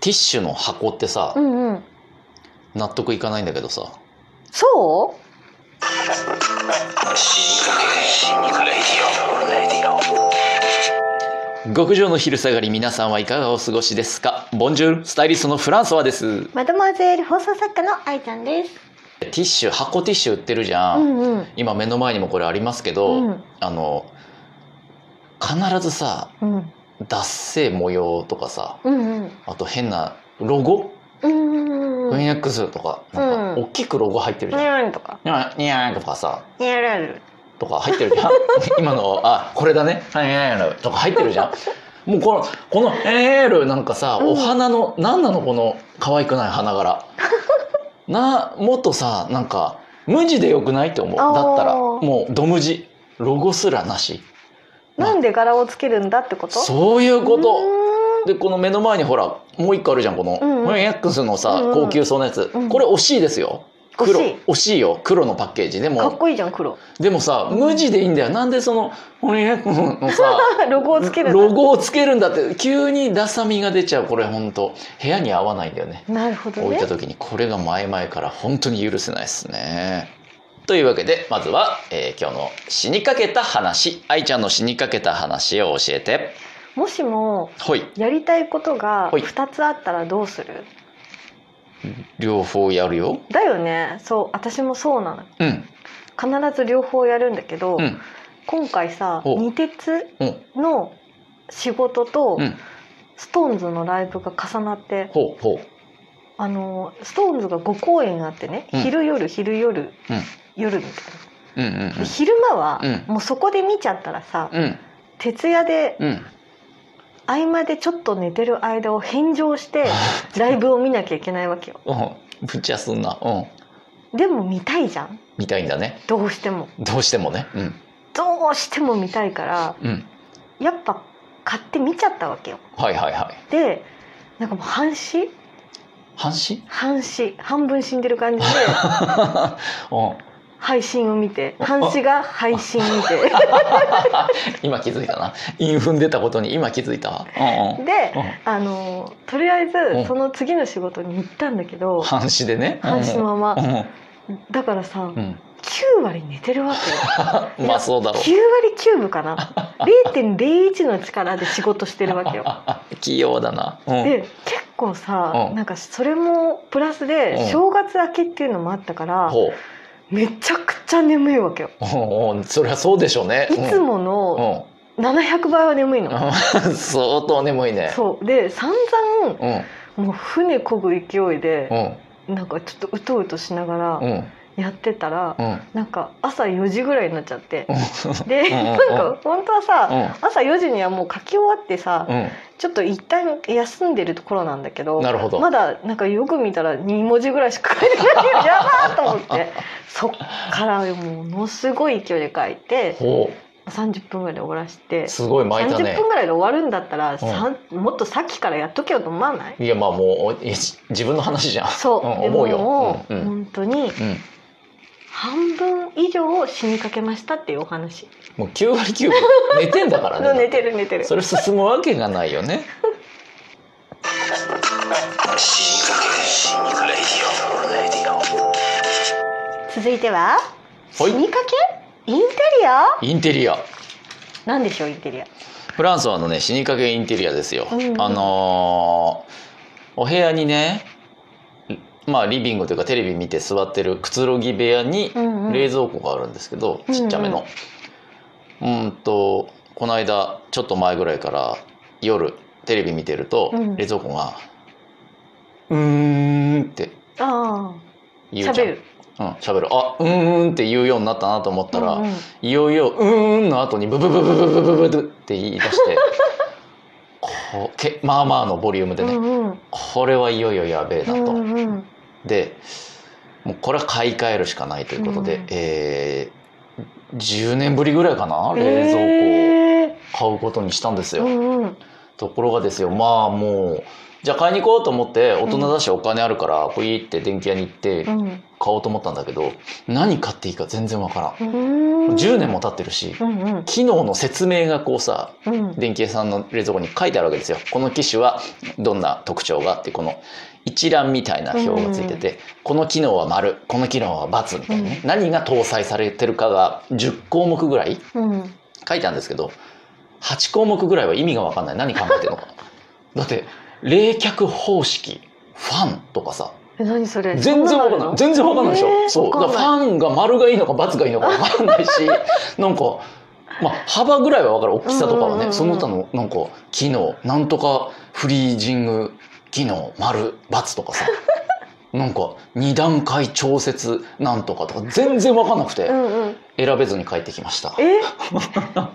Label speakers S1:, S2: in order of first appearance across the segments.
S1: ティッシュの箱ってさ、
S2: うんうん。
S1: 納得いかないんだけどさ
S2: そう
S3: 死にかけ死にかけレディオレディオ
S1: 極上の昼下がり皆さんはいかがお過ごしですかボンジュールスタイリストのフランソワです
S2: マドモアゼール放送作家の愛ちゃんです。
S1: ティッシュ箱ティッシュ売ってるじ
S2: う
S1: ゃん、
S2: んうん。
S1: 今目の前にもこれありますけど、
S2: うん
S1: あの必ずさ
S2: うん。
S1: 脱製模様とかさ
S2: うん
S1: あと変なロゴ
S2: うん。うん。
S1: 翻訳するとかなんか
S2: うん
S1: 大きくロゴ入ってるじ
S2: ニ
S1: ゃん、
S2: ャランとか。
S1: にゃーにゃーとかさ
S2: ニャラル。
S1: とか入ってる じゃん今のあこれだね「はいはいはいとか入ってるじゃんもうこのこの「エール」なんかさ、
S2: うん
S1: お花の何なのこの可愛くない花 柄なもっとさなんか無地でよくないって思う
S2: あー
S1: だったらもうド無地ロゴすらなし
S2: なんで柄をつけるんだってこと
S1: そういうこ
S2: う
S1: とでこの目の前にほらもう一個あるじゃんこの、
S2: うんうん
S1: マニアックスのさ
S2: うんうん
S1: 高級そうなやつ、
S2: うん
S1: これ惜しいですよ黒
S2: 惜しい
S1: よ黒のパッケージで
S2: ーんかっ
S1: も
S2: こいいじゃん、黒。
S1: でもさ無地でいいんだよなんでそのマニアックスのさ
S2: ロゴをつけるんだ
S1: ロゴをつけるんだって急にダサみが出ちゃうこれ本当部屋に合わないんだよね
S2: なるほど
S1: 置い
S2: ね
S1: た。時にこれが前々から本当に許せないですねというわけでまずは、えー今日の死にかけた話愛ちゃんの死にかけた話を教えて
S2: もしも、
S1: ほい
S2: やりたいことが
S1: はい
S2: 2つあったらどうする
S1: 両方やるよ
S2: だよね。そう、私もそうなの。
S1: うん
S2: 必ず両方やるんだけど、
S1: うん
S2: 今回さ、
S1: お
S2: 二鉄
S1: うん
S2: の仕事と、
S1: うん
S2: ストーンズのライブが重なって
S1: ほうほう
S2: あのストーンズが5公演あってね、
S1: うん
S2: 昼夜昼夜、
S1: うん
S2: 夜みたい
S1: うんうん
S2: な、で昼間は、
S1: う
S2: もうそこで見ちゃったらさ、
S1: うん
S2: 徹夜で
S1: うんうん
S2: 合間でちょっと寝てる間を返上してライブを見なきゃいけないわけよ
S1: うんぶっちゃすんなうん
S2: でも見たいじゃん
S1: 見たいんだね
S2: どうしても
S1: どうしてもねうん
S2: どうしても見たいから
S1: うん
S2: やっぱ買って見ちゃったわけよ
S1: はいはいはい
S2: でなんかもう半死
S1: 半 死
S2: 半死半分死んでる感じで
S1: うん
S2: 配信を見て半死が配信見て
S1: 今気づいたな韻踏んでたことに今気づいたわうん
S2: で
S1: うん、うん
S2: あのとりあえ
S1: うん
S2: ずその次の仕事に行ったんだけど
S1: 半死でね
S2: 半死のま
S1: う
S2: ま
S1: ん
S2: だからさ
S1: うん
S2: 9割寝てるわけ
S1: うんまあそうだろ
S2: よ
S1: う
S2: 9割9分かな0.01の力で仕事してるわけよ
S1: 器用だな うん
S2: で結構さ
S1: うん
S2: なんかそれもプラス
S1: うん
S2: で正月明けっていうのもあったから
S1: ほう
S2: めちゃくちゃ眠いわけよ
S1: うんうんそりゃそうでしょうね
S2: いつもの700倍は眠い
S1: うん
S2: の
S1: うん 相当眠いね
S2: そうで散々
S1: うん
S2: もう船漕ぐ勢いで
S1: うん
S2: なんかちょっとうとうとしながら
S1: うん
S2: やってたら
S1: うん
S2: なんか朝4時ぐらいになっちゃって
S1: う
S2: で
S1: うんうん
S2: なんか本当はさ朝4時にはもう書き終わってさ
S1: ん
S2: ちょっと一旦休んでるところなんだけど
S1: なるほど
S2: まだなんかよく見たら2文字ぐらいしか書いてない やばーと思ってそっからものすごい勢いで書いて
S1: ほ
S2: 30分ぐらいで終わらし
S1: う
S2: て
S1: すごい巻いた
S2: 30
S1: ね
S2: 分ぐらいで終わるんだったら、さんもっとさっきからやっとけよと思わない
S1: いやまあもうい自分の話じゃん
S2: そう、
S1: ん
S2: で
S1: 思うよ
S2: も
S1: うんうん
S2: 本当に
S1: うん
S2: 半分以上を死にかけましたっていうお話。
S1: もう9割9分寝てんだからね
S2: 寝てる寝てる。
S1: それ進むわけがないよね。
S3: 死にかけ死にかけレディオレディオ
S2: 続いては
S1: は
S2: 死
S1: い
S2: にかけインテリア
S1: インテリア。
S2: なんでしょうインテリア
S1: フランスはのね死にかけインテリアですよ。
S2: うん
S1: あのーお部屋にね、まあリビングというかテレビ見て座ってるくつろぎ部屋に
S2: うんうん
S1: 冷蔵庫があるんですけど、
S2: うんうん
S1: ちっちゃめの。うーんとこの間ちょっと前ぐらいから夜テレビ見てると、
S2: うん
S1: 冷蔵庫がうーんって
S2: ああ
S1: 言うじゃ
S2: 喋
S1: ん。
S2: る
S1: うん喋る。あうーんって言うようになったなと思ったら。
S2: うんうん
S1: いよいよ「うーん」の後に「ブブブブブブブブブ」って言い出 してこうけまあまあのボリュームでね、
S2: うんうん
S1: これはいよいよやべえなと。
S2: うんうん
S1: でもうこれは買い替えるしかないということで、
S2: うん
S1: えー10年ぶりぐらいかな冷蔵庫を
S2: え
S1: 買うことにしたんです
S2: ー
S1: よ。
S2: うんうん
S1: ところがですよまあもうじゃあ買いに行こうと思って大人だしお金あるからこういって電気屋に行って買
S2: うん
S1: おうと思ったんだけど何買っていいか全然わか
S2: う
S1: らん
S2: ん
S1: 10年も経ってるし
S2: うんうん
S1: 機能の説明がこうさ
S2: うん
S1: 電気屋さんの冷蔵庫に書いてあるわけですよこの機種はどんな特徴があってこの一覧みたいな表がついてて、この機能は丸この機能は×みたいなね、何が搭載されてるかが10項目ぐらい
S2: うん
S1: 書いてあるんですけど8項目ぐらいは意味が分かんない何考えてるのかだって冷却方式ファンとかさ
S2: え何それ
S1: 全然わかんない全然わかんないでしょ、
S2: えー
S1: そうだ
S2: わ
S1: か
S2: から
S1: フ
S2: んな
S1: ァ
S2: い
S1: ンが丸がいいのか×がいいのか分かん ないしなんか、まあ、幅ぐらいは分かる大きさとかはね、
S2: うんうんうん
S1: その他のなんか機能なんとかフリージング機能丸×とか さなんか2段階調節なんとかとか全然分かんなくて
S2: うんうん
S1: 選べずに帰ってきました
S2: え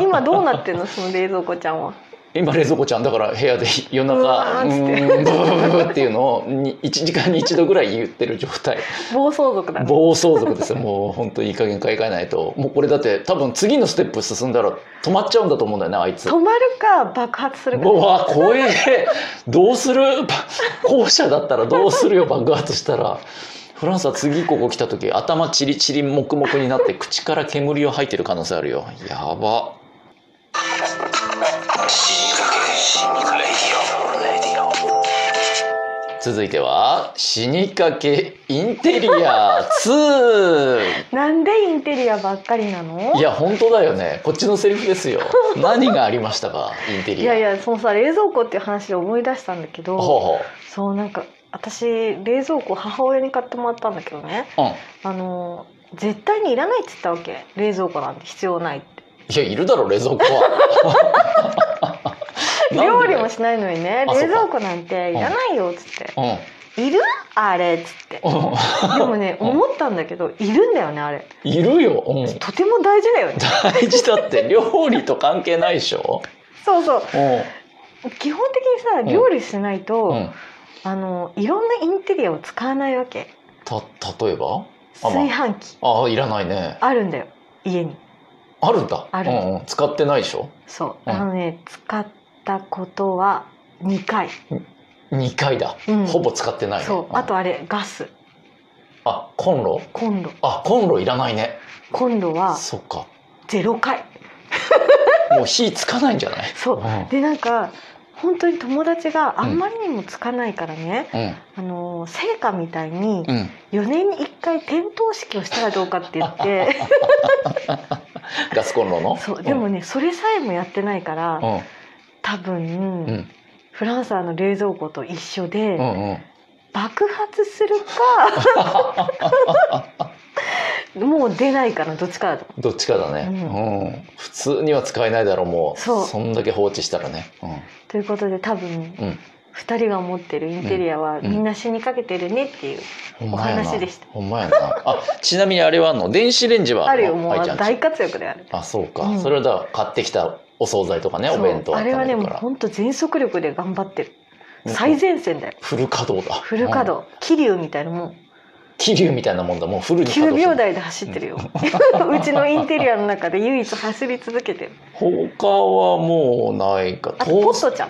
S2: 今どうなってんのその冷蔵庫ちゃんは
S1: 今冷蔵庫ちゃんだから部屋で夜
S2: う
S1: 中
S2: わ
S1: う
S2: ーっつって
S1: ーんブーブーブーっていうのをに1時間に1度ぐらい言ってる状態
S2: 暴走族だね
S1: 暴走族ですよもう本当いい加減買い替えないともうこれだって多分次のステップ進んだら止まっちゃうんだと思うんだよねあいつ。
S2: 止まるか爆発する
S1: う
S2: か
S1: わ怖えどうするば後者だったらどうするよ爆発したらフランスは次ここ来た時頭チリチリ黙々になって口から煙を吐いてる可能性あるよやば
S3: Shinigaki Radio. Radio.
S1: 続いては死にかけインテリア2
S2: なんでインテリアばっかりなの
S1: いや本当だよねこっちのセリフですよ何がありましたかインテリア
S2: いやいやそのさ冷蔵庫っていう話で思い出したんだけ
S1: ほう
S2: ど
S1: ほ
S2: そうなんか私冷蔵庫母親に買ってもらったんだけどね
S1: ううん
S2: あの絶対にいらないって言ったわけ冷蔵庫なんて必要ないって
S1: いやいるだろ冷蔵庫はなん
S2: 料
S1: でだ
S2: 理
S1: よ
S2: もしないのにね
S1: あそうか
S2: 冷蔵庫なんていらないよっつって
S1: うん
S2: 「いるあれ」っつって
S1: うん
S2: でもね
S1: うん
S2: 思ったんだけどいるんだよねあれ
S1: いるよ、うん、
S2: とても大事だよね
S1: 大事だ って料理と関係ないでしょ、
S2: そうそう
S1: う
S2: 基本的にさ
S1: ん
S2: 料理しないと、
S1: んうん、
S2: あのいろんなインテリアを使わないわけ
S1: た例えばあまあ
S2: 炊飯器
S1: ああいらないね
S2: あるんだよ家に
S1: あるんだ
S2: ある
S1: うんうん、使ってないでしょ
S2: そう
S1: うん
S2: あのね使ったことは2回、
S1: 2回だ、
S2: うん
S1: ほぼ使ってないね
S2: そうあとあれガス
S1: あコンロ
S2: コンロ
S1: あコンロいらないね
S2: コンロは
S1: そっか
S2: 0回
S1: もう火つかないんじゃない
S2: そう
S1: うん、うん
S2: でなんか本当に友達があんまりにもつかないからね、あの成果みたいに
S1: うん、
S2: 4年に1回点灯式をしたらどうかって言って
S1: ガスコンロの
S2: そうでもねそれさえもやってないから、
S1: うん
S2: 多分、
S1: うん
S2: フランスの冷蔵庫と一緒で、
S1: うんうんうん
S2: 爆発するかもう出ないかなどっちかだと思
S1: どっちかだね、
S2: う
S1: うん普通には使えないだろうもう
S2: そうん
S1: だけ放置したらね、
S2: うということで多分、
S1: うん
S2: 二2人が持ってるインテリアは
S1: うん
S2: みんな死にかけてるねっていう、
S1: うん、ほんまやな
S2: お話でした
S1: ほんまやなあちなみにあれはあんの電子レンジは
S2: あるよもう
S1: あいちゃんち
S2: 大活躍である
S1: あそうか、
S2: うん
S1: それはだから買ってきたお惣菜とかね
S2: そ
S1: お
S2: う
S1: 弁当
S2: あれはね
S1: 温め
S2: もう
S1: るから
S2: ほんと全速力で頑張ってる
S1: うん
S2: 最前線だよ
S1: フル稼働だ
S2: フル稼
S1: うん
S2: 働桐生、みたいなもん
S1: 桐生みたいなもんだもうフルに稼
S2: 9
S1: 働して
S2: 秒
S1: る
S2: 台で走ってるよ、 うちのインテリアの中で唯一走り続けてる
S1: 他はもうないか
S2: あとポッ
S1: トー
S2: トちゃん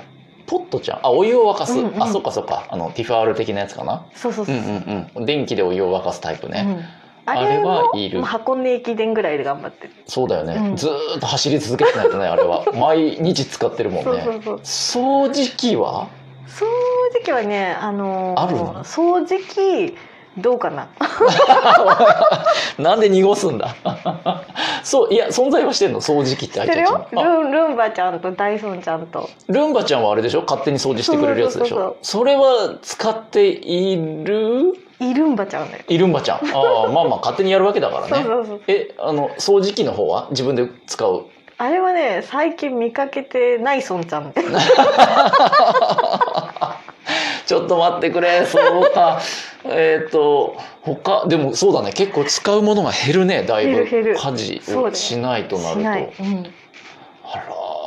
S1: ポットちゃんあお湯を沸かす、
S2: うんうん
S1: あそうかそうかあのティファール的なやつかな
S2: そうそう
S1: う
S2: そ
S1: ん
S2: う
S1: う
S2: そう、
S1: んうん電気でお湯を沸かすタイプね、
S2: うんあれ
S1: あれ
S2: も
S1: はいる
S2: もう箱根駅伝ぐらいで頑張ってる、
S1: そうだよね、
S2: うん
S1: ずーっと走り続けてないとねあれ は毎日使ってるもんね
S2: そうそうそう
S1: 掃除機は
S2: 掃除機はねあのー
S1: あるの
S2: 掃除機どうかな
S1: なんで濁すんだ そういや存在はしてんの掃除機って
S2: 知
S1: あ
S2: っ
S1: い
S2: てる
S1: ちゃん
S2: よ
S1: ちのあ
S2: ルンルンバちゃんとダイソンちゃんと
S1: ルンバちゃんはあれでしょ勝手に掃除してくれるやつでしょ
S2: そうそ
S1: そ
S2: うそう
S1: れは使っている
S2: イルンバちゃんだよ、
S1: いルンバちゃんああまあまあ勝手にやるわけだからね
S2: そうそうそう
S1: えあの掃除機の方は自分で使う
S2: あれはね最近見かけてないソンちゃん
S1: ちょっと待ってくれそう かえっと他でもそうだね結構使うものが減るねだいぶ
S2: 減る減る
S1: 家事
S2: そうだ
S1: を
S2: よ
S1: しないとな
S2: し
S1: ると
S2: ない、うん、
S1: あら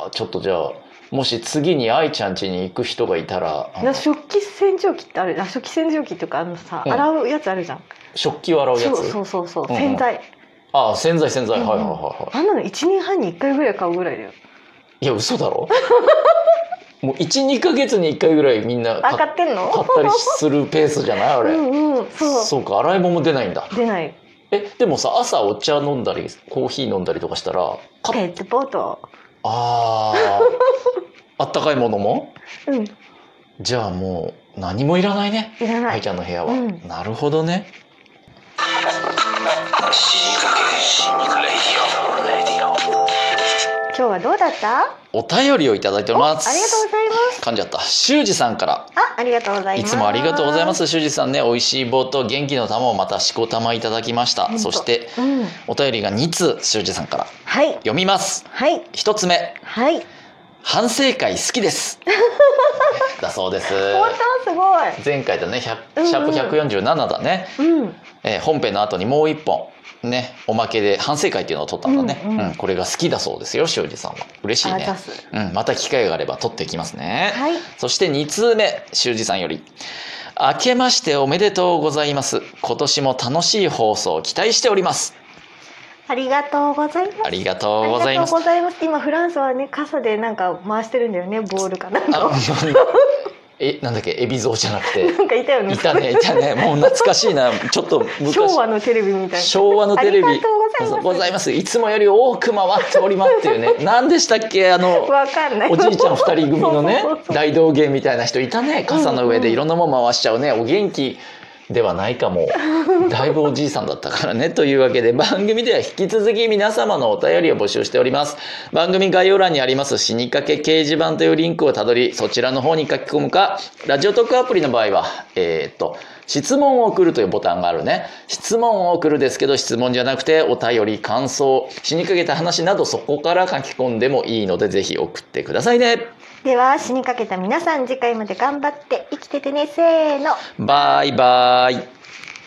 S1: ーちょっとじゃあもし次に愛ちゃん家に行く人がいたらあの
S2: な食器洗浄機ってあるあ食器洗浄機っていうかあのさ、
S1: うん
S2: 洗うやつあるじゃん
S1: 食器を洗うや
S2: そう
S1: つ
S2: そうそうそう
S1: うんうん
S2: 洗剤、
S1: ああ洗剤洗剤
S2: う
S1: は
S2: ん
S1: い
S2: うん
S1: はいはいはい
S2: あんなの1年半に1回ぐらい買うぐらいだよ
S1: いや嘘だろ もう12か月に1回ぐらいみんな
S2: あ買
S1: 買っ
S2: ってんの
S1: 買ったりするペースじゃないあ
S2: う
S1: れ、
S2: んうんそう
S1: そうか洗い物も出ないんだ
S2: 出ない
S1: えでもさ朝お茶飲んだりコーヒー飲んだりとかしたらカ
S2: ペ
S1: ッ
S2: ットボト
S1: あ ーあったかいものも
S2: ルうん
S1: じゃあもう何もいらないね
S2: いらない、
S1: 愛ちゃんの部屋は、
S2: うん
S1: なるほどね
S3: 死にかけ死にかけレディオ
S2: 今日はどうだったあ
S1: お便りをいただいて
S2: りがとうご
S1: ます
S2: ざいます
S1: 噛んじゃった修二さんから
S2: あありがとうござい
S1: い
S2: ます
S1: つもありがとうございます修二さんね美味しい棒と元気の玉をまたしこたまいただきまし
S2: 本
S1: た
S2: 当
S1: そして
S2: うん
S1: お便りが2通修二さんから
S2: はい
S1: 読みます
S2: はい
S1: 1つ目
S2: はい
S1: 反省会好きです だそうです
S2: 本当すごい
S1: 前回だね100
S2: うんうん
S1: シャープ147だね、
S2: うん
S1: えー本編の後にもう1本ねおまけで反省会っていうのを撮ったんだね、
S2: う
S1: うんん
S2: うん
S1: これが好きだそうですよ修二さんは嬉しい
S2: あざ
S1: ね
S2: す
S1: うん、また機会があれば撮っていきますね、
S2: はい
S1: そして2通目修二さんより「明けましておめでとうございます今年も楽しい放送を期待しております
S2: ありがとうございます
S1: ありがとうございます
S2: ありがとうございます今フランスはね傘でなんか回してるんだよねボールかなん」かを
S1: あえなんだっけ海老蔵じゃなく て
S2: なんかいたよね
S1: いたねいたねもう懐かしいなちょっと昔
S2: 昭和のテレビみたいな
S1: 昭和のテレビ
S2: ありがとうございます
S1: そうございますいつもより多く回っておりますっていうね 何でしたっけあの
S2: わかんない
S1: おじいちゃん二人組のね
S2: そうそうそう
S1: 大道芸みたいな人いたね傘の上でいろんなもん回しちゃうねお元気ではないか もだいぶおじいさんだったからねというわけで番組では引き続き皆様のお便りを募集しております番組概要欄にあります死にかけ掲示板というリンクをたどりそちらの方に書き込むかラジオトークアプリの場合はえーっと質問を送るというボタンがあるね質問を送るですけど質問じゃなくてお便り感想死にかけた話などそこから書き込んでもいいのでぜひ送ってくださいね
S2: では死にかけた皆さん次回まで頑張って生きててねせーの
S1: バイバイ